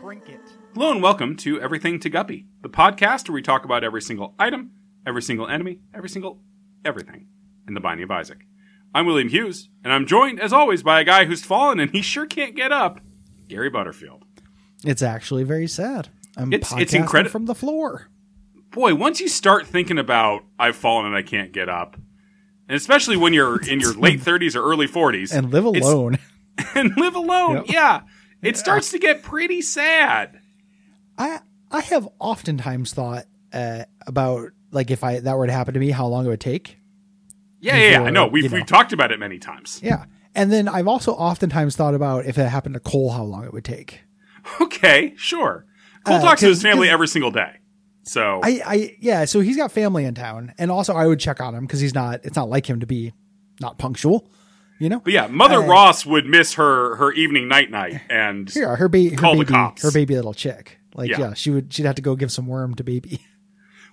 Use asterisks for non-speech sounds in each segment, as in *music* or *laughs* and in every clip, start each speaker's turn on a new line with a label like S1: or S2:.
S1: trinket.
S2: Hello and welcome to Everything to Guppy, the podcast where we talk about every single item, every single enemy, every single everything in the Binding of Isaac. I'm William Hughes, and I'm joined, as always, by a guy who's fallen and he sure can't get up, Gary Butterfield.
S3: It's actually very sad. I'm
S2: It's- it's
S3: podcasting
S2: incredi-
S3: from the floor.
S2: Boy, once you start thinking about I've fallen and I can't get up, and especially when you're in your
S3: *laughs*
S2: late 30s or early 40s,
S3: and live
S2: it's-
S3: alone.
S2: *laughs* and live alone,
S3: Yep.
S2: yeah, it starts to get pretty sad.
S3: I I have oftentimes thought uh, about like if I that were to happen to me, how long it would take.
S2: Yeah, yeah, yeah. I
S3: Before,
S2: know. We've,
S3: you know.
S2: we've talked about it many times.
S3: Yeah, and then I've also oftentimes thought about if it happened to Cole, how long it would take.
S2: Okay, sure. Cole
S3: Uh,
S2: talks to his
S3: 'cause-
S2: family
S3: 'cause-
S2: every single day. So
S3: I I yeah. So he's got family in town, and also I would check on him because he's not. It's not like him to be not punctual. You know.
S2: But yeah, Mother Ross would miss her her evening night night, and
S3: uh, Here, her, ba- her
S2: Call the
S3: baby,
S2: cops.
S3: her baby little chick. Like,
S2: Yeah.
S3: yeah, she would. She'd have to go give some worm to baby.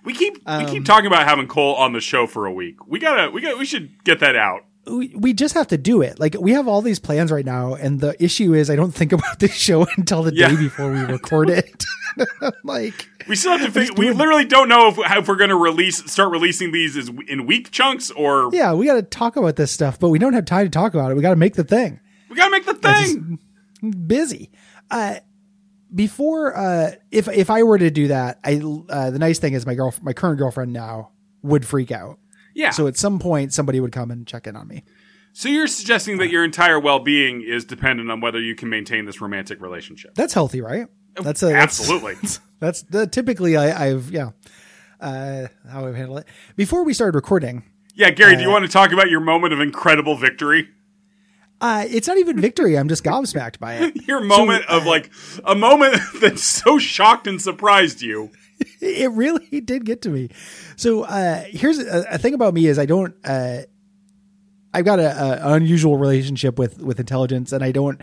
S2: we keep we
S3: um,
S2: keep talking about having Cole on the show for a week. We gotta we got we should get that out.
S3: we we just have to do it. Like we have all these plans right now, and the issue is I don't think *laughs* about this show until the
S2: Yeah.
S3: day before we record it. *laughs* like
S2: We still have to figure. We literally don't know if, if we're gonna release start releasing these as, in week chunks or
S3: yeah, we got to talk about this stuff, but we don't have time to talk about it. We got to make the thing
S2: we gotta make the thing.
S3: busy. Uh, before uh, if if I were to do that, I uh, the nice thing is my girl my current girlfriend now would freak out.
S2: yeah.
S3: So
S2: So,
S3: at some point somebody would come and check in on me.
S2: you're suggesting
S3: uh,
S2: that your entire well being is dependent on whether you can maintain this romantic relationship.
S3: That's healthy, right? That's a that's-
S2: Absolutely.
S3: *laughs* That's the typically I, I've yeah, uh, how I handle it. Before we started recording,
S2: yeah, Gary. do you want to talk about your moment of incredible victory?
S3: uh, it's not even victory. I'm just gobsmacked by it.
S2: Your moment of like a moment *laughs* that so shocked and surprised you.
S3: It really did get to me. So uh, here's a, a thing about me is I don't. Uh, I've got a, a unusual relationship with with intelligence, and I don't.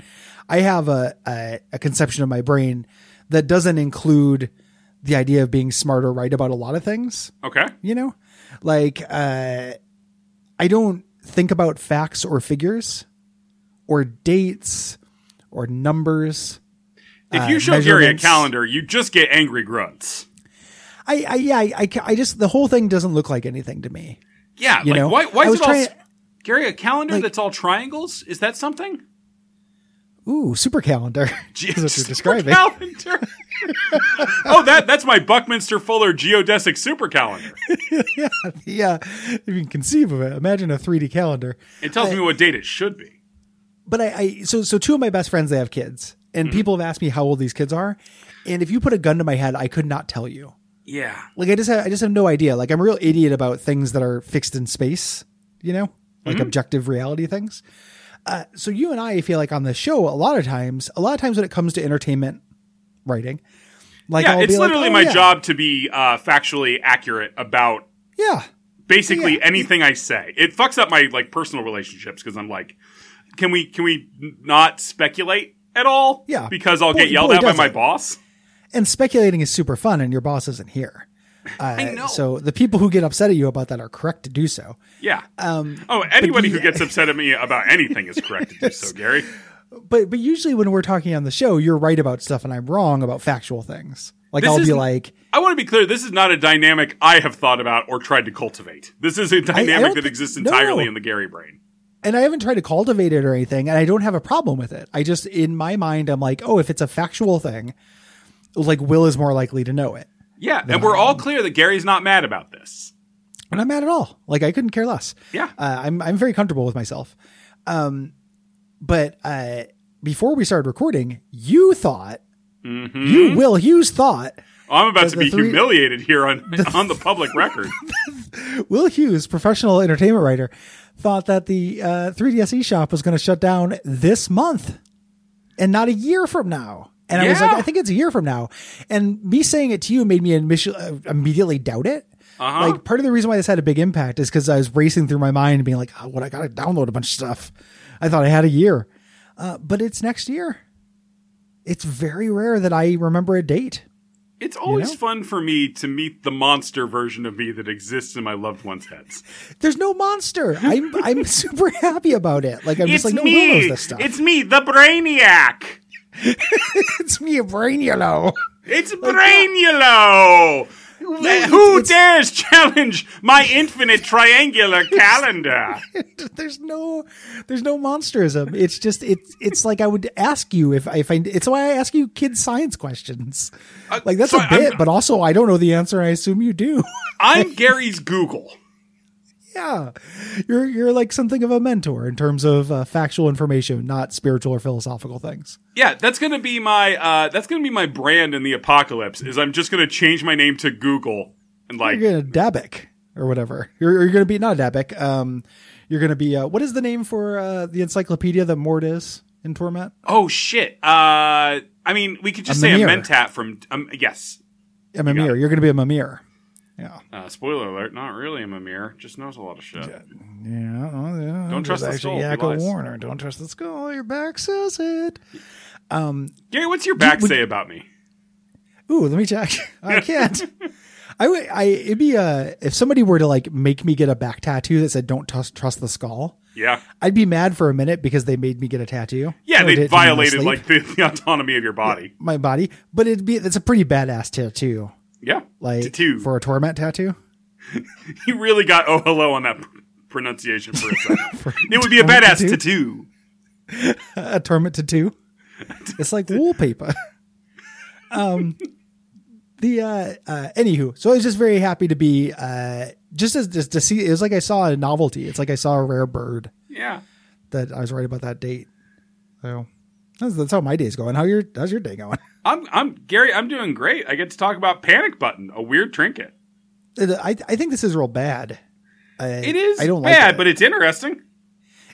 S3: I have a, a a conception of my brain that doesn't include the idea of being smart or right about a lot of things.
S2: Okay.
S3: you know like uh i don't think about facts or figures or dates or numbers
S2: If
S3: uh,
S2: you show Gary a
S3: measurements.
S2: calendar, you just get angry grunts.
S3: i i yeah I, I ca- I just the whole thing doesn't look like anything to me
S2: Yeah,
S3: You
S2: like
S3: know,
S2: why? Why
S3: I
S2: is
S3: was
S2: it all?
S3: trying-
S2: s- Gary, a calendar
S3: like-
S2: that's all triangles? Is that something?
S3: ooh super calendar *laughs* is what you're
S2: Super
S3: describing
S2: Calendar. *laughs* oh, that that's my Buckminster Fuller geodesic super calendar.
S3: *laughs* yeah if you can conceive of it imagine a 3d calendar
S2: It tells me what date it should be.
S3: but I, I so so two of my best friends they have kids and people have asked me how old these kids are and if you put a gun to my head i could not tell you
S2: Yeah.
S3: like I just have, I just have no idea. Like I'm a real idiot about things that are fixed in space, you know, like
S2: Mm-hmm.
S3: objective reality things. Uh, so you and I feel like on the show a lot of times, a lot of times when it comes to entertainment writing, like
S2: Yeah,
S3: I'll
S2: it's
S3: be like,
S2: literally
S3: "Oh,
S2: my
S3: yeah,
S2: job to be uh, factually accurate about
S3: Yeah,
S2: basically
S3: Yeah.
S2: anything I say. It fucks up my like personal relationships because I'm like, can we can we n- not speculate at all?
S3: Yeah.
S2: because I'll
S3: Boy-
S2: get yelled
S3: boy,
S2: at by
S3: does
S2: my
S3: it.
S2: boss.
S3: and speculating is super fun, and your boss isn't
S2: *laughs*
S3: here. Uh, I
S2: know.
S3: So the people who get upset at you about that are correct to do so.
S2: Yeah. Um, oh, anybody
S3: the-
S2: who gets upset at me about anything is correct to do
S3: *laughs*
S2: so, Gary.
S3: But but usually when we're talking on the show, you're right about stuff, and I'm wrong about factual things. Like
S2: This
S3: I'll
S2: is-
S3: be like,
S2: I want to be clear. This is not a dynamic I have thought about or tried to cultivate. This is a dynamic
S3: don't
S2: that
S3: thi-
S2: exists
S3: no.
S2: entirely in the Gary brain.
S3: and I haven't tried to cultivate it or anything, and I don't have a problem with it. I just, in my mind, I'm like, oh, if it's a factual thing, like Will is more likely to know it.
S2: Yeah, and we're all clear that Gary's not mad about this.
S3: And I'm mad at all. Like I couldn't care less.
S2: Yeah.
S3: uh, I'm I'm very comfortable with myself. Um, but uh, before we started recording, you thought you Will Hughes thought
S2: I'm about to
S3: the
S2: be
S3: three-
S2: humiliated here
S3: *laughs*
S2: on on the public record.
S3: Will Hughes, professional entertainment writer, thought that the uh, 3DSE shop was going to shut down this month and not a year from now. And I was like,
S2: Yeah.
S3: I think it's a year from now. And me saying it to you made me initi- uh, immediately doubt it.
S2: Uh-huh.
S3: Like part of the reason why this had a big impact is because I was racing through my mind and being like, oh, what I got to download a bunch of stuff. I thought I had a year, uh, but it's next year. It's very rare that I remember a date.
S2: It's always
S3: know?
S2: fun for me to meet the monster version of me that exists in my loved ones' heads.
S3: There's no
S2: *laughs*
S3: monster. I'm I'm super happy about it. Like I'm
S2: it's
S3: just like no
S2: me.
S3: Will knows this stuff.
S2: It's me, the brainiac.
S3: *laughs* it's me, Brainiolo.
S2: It's Brainulo! Who dares challenge my infinite triangular calendar?
S3: *laughs* there's no, there's no monsterism. It's just it's it's like I would ask you if I if I it's why I ask you kid science questions.
S2: Uh,
S3: Like that's
S2: sorry,
S3: a bit,
S2: I'm-
S3: but also I don't know the answer. I assume you do. *laughs*
S2: I'm Gary's Google.
S3: yeah, you're you're like something of a mentor in terms of uh, factual information, not spiritual or philosophical things.
S2: Yeah, that's gonna be my uh, that's gonna be my brand in the apocalypse. Is I'm just gonna change my name to Google and like
S3: You're gonna dabic or whatever. You're, you're gonna be not dabic. Um, you're gonna be uh, what is the name for uh, the encyclopedia that Mort is in Torment?
S2: oh shit. Uh, I mean, we could just
S3: A
S2: say a
S3: Mimir.
S2: mentat from um, yes.
S3: A Mimir.
S2: got
S3: You're gonna be a Mimir. Yeah.
S2: Uh, spoiler alert, not really a Mimir, just knows a lot of shit.
S3: Yeah, well, yeah.
S2: Don't trust the
S3: There's
S2: skull,
S3: actually
S2: he
S3: Yakko
S2: lies.
S3: Warner. Don't trust the skull. Your back says it.
S2: Gary, what's your back
S3: would-
S2: say about me?
S3: Ooh, let me check. *laughs* I can't. I would. I it'd be uh if somebody were to like make me get a back tattoo that said "Don't trust trust the skull."
S2: Yeah,
S3: I'd be mad for a minute because they made me get a tattoo.
S2: yeah,
S3: I did it
S2: they
S3: in my
S2: violated
S3: sleep,
S2: like the, the autonomy of your body.
S3: my body, but it'd be that's a pretty badass tattoo.
S2: Yeah,
S3: Like
S2: tattoo.
S3: for a torment tattoo.
S2: you really got oh hello on that pr- pronunciation
S3: *laughs*
S2: for a second. *laughs* it would be a badass
S3: tattoo?
S2: tattoo.
S3: a torment
S2: *laughs*
S3: tattoo. It's like wallpaper. *laughs* um, the uh, uh, anywho, so I was just very happy to be uh, just as just to see. It was like I saw a novelty. It's like I saw a rare bird
S2: Yeah.
S3: that I was right about that date. So that's, that's how my day's going. How your how's your day going? *laughs*
S2: I'm I'm Gary, I'm doing great. I get to talk about panic button, a weird trinket.
S3: It- I I think this is real bad. I,
S2: It is
S3: I don't like
S2: bad,
S3: it.
S2: but it's interesting.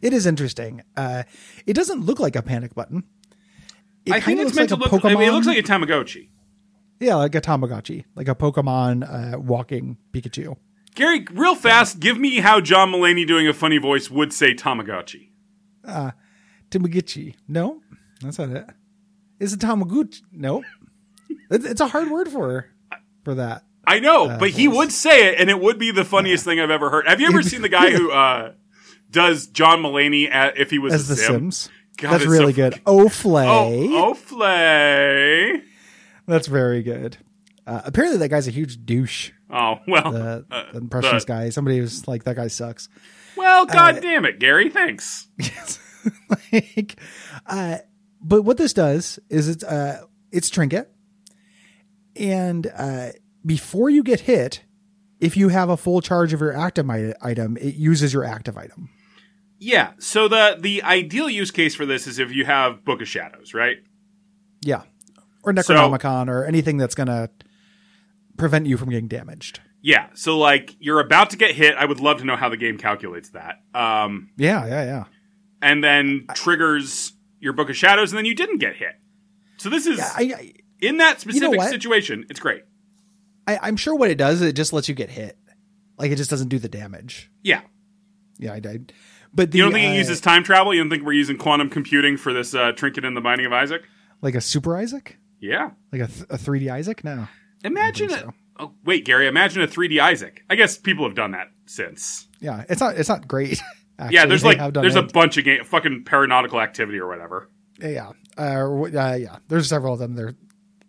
S3: it is interesting. Uh, it doesn't look like a panic button. It
S2: I think
S3: kinda
S2: it's meant to look I mean, it looks like a Tamagotchi.
S3: Yeah, like a Tamagotchi, like a Pokemon uh, walking Pikachu.
S2: Gary, real fast, give me how John Mulaney doing a funny voice would say Tamagotchi.
S3: Tamagotchi. No, that's not it. It's a Tamaguchi. No, it's, it's a hard word for for that.
S2: I
S3: Uh,
S2: know, but he would say it and it would be the funniest thing I've ever heard. Have you ever seen
S3: *laughs*
S2: the guy who uh does John Mulaney at, if he was
S3: As
S2: a
S3: the
S2: Sim?
S3: Sims.
S2: God,
S3: that's
S2: it's
S3: really
S2: so
S3: good. Oh, flay.
S2: Oh, oh, Flay.
S3: That's very good. Uh, apparently, that guy's a huge douche.
S2: Oh, well.
S3: Uh,
S2: uh,
S3: the impressionist
S2: the-
S3: guy. Somebody was like, "That guy sucks." uh,
S2: Well, god damn it, Gary. Thanks.
S3: *laughs* like, uh, but what this does is it's uh, it's trinket, and uh, before you get hit, if you have a full charge of your active i- item, it uses your active item.
S2: Yeah. So the the ideal use case for this is if you have Book of Shadows, right?
S3: Yeah, or Necronomicon, or anything that's gonna prevent you from getting damaged.
S2: Yeah. So like you're about to get hit. I would love to know how the game calculates that. Um,
S3: Yeah, yeah, yeah.
S2: and then triggers your Book of Shadows, and then you didn't get hit. So this is
S3: I,
S2: in that specific
S3: what?
S2: situation. It's great.
S3: I, I I'm sure what it does, is it just lets you get hit. Like it just doesn't do the damage.
S2: Yeah.
S3: Yeah, I died. But the,
S2: You don't think
S3: uh,
S2: it uses time travel? You don't think we're using quantum computing for this uh, trinket in the Binding of Isaac?
S3: like a Super Isaac,
S2: Yeah.
S3: like a, th- a 3D Isaac? No.
S2: Imagine. A, oh wait, Gary. Imagine a 3D Isaac. I guess people have done that since.
S3: yeah it's not it's not great *laughs* actually.
S2: Yeah, there's
S3: They
S2: like
S3: have done
S2: there's a
S3: it.
S2: bunch of game, fucking paranautical activity or whatever.
S3: yeah uh, w- uh yeah there's several of them they're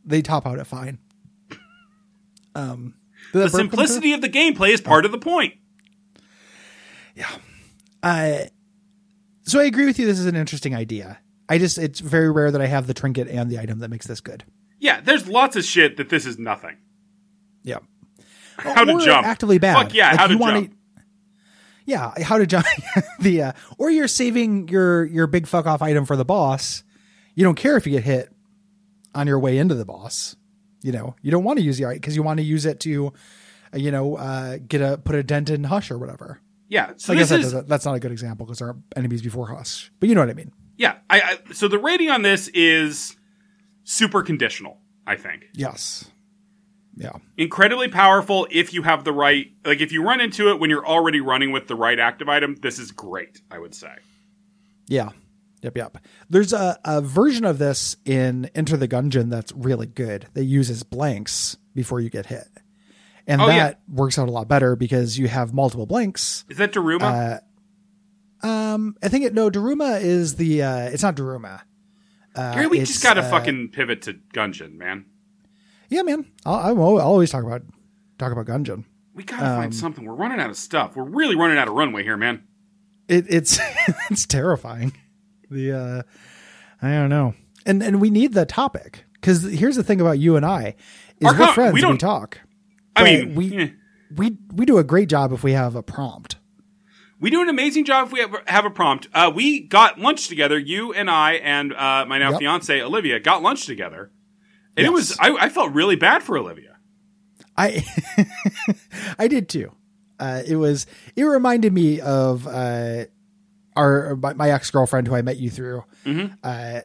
S3: they top out at fine um did that
S2: The
S3: burp come through?
S2: simplicity of the gameplay is part of the point.
S3: uh so i agree with you this is an interesting idea i just it's very rare that i have the trinket and the item that makes this good
S2: Yeah, there's lots of shit that this is nothing.
S3: yeah
S2: How to
S3: Or
S2: jump?
S3: actively bad
S2: Fuck yeah,
S3: Like,
S2: how to
S3: you wanna-
S2: jump?
S3: yeah how to jump *laughs* the uh or you're saving your your big fuck off item for the boss you don't care if you get hit on your way into the boss you know you don't want to use the because you want to use it to uh, you know uh get a put a dent in hush or whatever
S2: Yeah, so
S3: i guess
S2: this
S3: that
S2: is
S3: doesn't that's not a good example because there are enemies before hush but you know what i mean
S2: yeah. I, I so the rating on this is super conditional. I think
S3: yes yeah
S2: incredibly powerful if you have the right like if you run into it when you're already running with the right active item. This is great. I would say.
S3: yeah yep yep there's a, a version of this in enter the gungeon that's really good that uses blanks before you get hit and
S2: Oh,
S3: that
S2: yeah.
S3: works out a lot better because you have multiple blanks
S2: Is that Daruma?
S3: Um, I think it no uh, Daruma is the uh it's not Daruma. Uh,
S2: Gary, we
S3: it's,
S2: just gotta
S3: uh,
S2: fucking pivot to Gungeon, man.
S3: yeah, man. I'll, I'm al- I'll always talk about talk about Gungeon.
S2: We gotta
S3: um,
S2: find something. We're running out of stuff. We're really running out of runway here, man.
S3: It, it's *laughs* it's terrifying. The uh, I don't know, and and we need the topic because here's the thing about you and I is
S2: Our
S3: we're
S2: con-
S3: friends.
S2: we
S3: We,
S2: don't-
S3: we talk.
S2: I
S3: But
S2: mean,
S3: we-
S2: eh.
S3: We we do a great job if we have a prompt.
S2: We do an amazing job if we have, have a prompt. Uh, we got lunch together, you and I and uh, my now
S3: Yep.
S2: fiance Olivia got lunch together, and it
S3: Yes.
S2: was I, I felt really bad for Olivia.
S3: I *laughs* I did too. Uh, it was it reminded me of uh, our my, my ex girlfriend who I met you through,
S2: Mm-hmm.
S3: uh,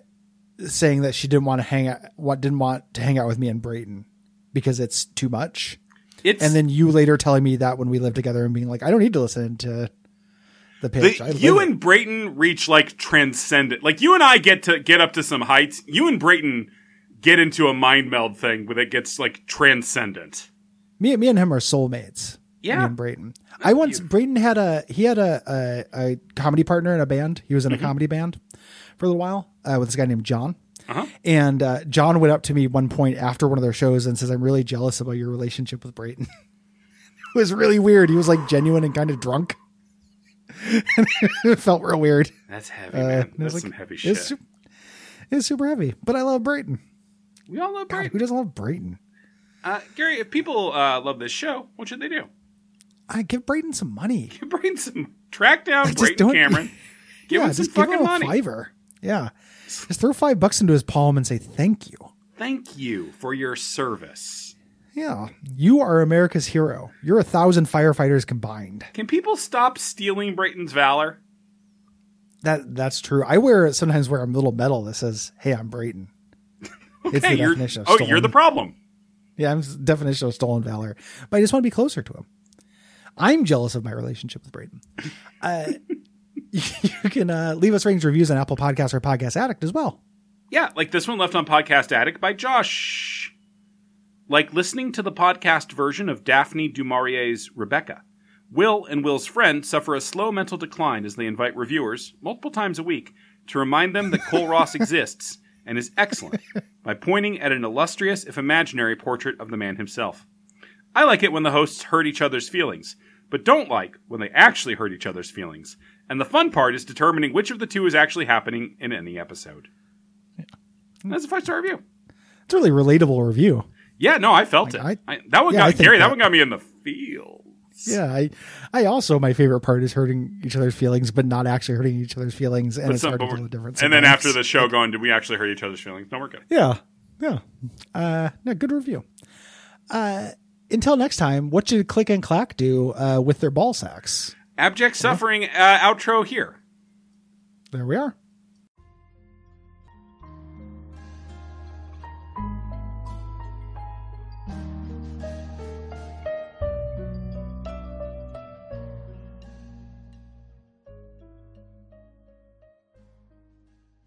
S3: saying that she didn't want to hang out what didn't want to hang out with me and Brayton because it's too much.
S2: It's
S3: And then you later telling me that when we lived together and being like, I don't need to listen to the pitch. I
S2: the, you
S3: live it."
S2: and Brayton reach like transcendent. Like you and I get to get up to some heights. You and Brayton get into a mind meld thing where it gets like transcendent.
S3: me, me and him are soulmates.
S2: Yeah.
S3: me and Brayton. I once Brayton had a he had a, a a comedy partner in a band. He was in a
S2: Mm-hmm.
S3: comedy band for a little while uh, with this guy named John.
S2: Uh-huh.
S3: And uh, John went up to me one point after one of their shows and says, "I'm really jealous about your relationship with Brayton." *laughs* it was really weird. He was like genuine and kind of drunk. *laughs* it felt real weird.
S2: That's heavy, man.
S3: I was
S2: That's
S3: Uh, like,
S2: some heavy
S3: It's,
S2: shit.
S3: su- it's super heavy, but I love Brayton.
S2: We all love
S3: God,
S2: Brayton.
S3: who doesn't love Brayton?
S2: Uh, Gary, if people uh, love this show, what should they do? *laughs*
S3: I give Brayton some money.
S2: Give Brayton some track down
S3: just
S2: Brayton
S3: don't- *laughs*
S2: Cameron. Give
S3: yeah,
S2: him some
S3: just give
S2: fucking
S3: him a
S2: money.
S3: fiver. Yeah, just throw five bucks into his palm and say thank you.
S2: Thank you for your service.
S3: Yeah, you are America's hero. You're a thousand firefighters combined.
S2: Can people stop stealing Brayton's valor?
S3: That that's true. I wear sometimes wear a little medal that says, "Hey, I'm
S2: *laughs*
S3: Brayton." it's the
S2: you're,
S3: definition of
S2: oh,
S3: stolen.
S2: you're the problem.
S3: yeah, I'm s- definition of stolen valor. But I just want to be closer to him. I'm jealous of my relationship with Brayton. Uh, *laughs* you can uh, leave us ratings, reviews on Apple Podcasts or Podcast Addict as well.
S2: Yeah, like this one left on Podcast Addict by Josh. Like listening to the podcast version of Daphne du Maurier's Rebecca. Will and Will's friend suffer a slow mental decline as they invite reviewers, multiple times a week, to remind them that Cole Ross exists and is excellent by pointing at an illustrious, if imaginary, portrait of the man himself. I like it when the hosts hurt each other's feelings, but don't like when they actually hurt each other's feelings. And the fun part is determining which of the two is actually happening in any episode. That's a five star review.
S3: It's a really relatable review.
S2: Yeah, no, I felt
S3: Like,
S2: it. I, that one
S3: yeah, I
S2: got
S3: think
S2: Gary. That,
S3: that-
S2: one got me in the field.
S3: Yeah, I, I also my favorite part is hurting each other's feelings, but not actually hurting each other's feelings, and it's
S2: Some-
S3: hard to
S2: but we're-
S3: tell the difference.
S2: and then after
S3: sometimes.
S2: the show, going, did we actually hurt each other's feelings? No, we're good.
S3: yeah, yeah, uh, no, good review. Uh, until next time, what should Click and Clack do uh, with their ball sacks?
S2: Abject suffering uh, outro here.
S3: There we are.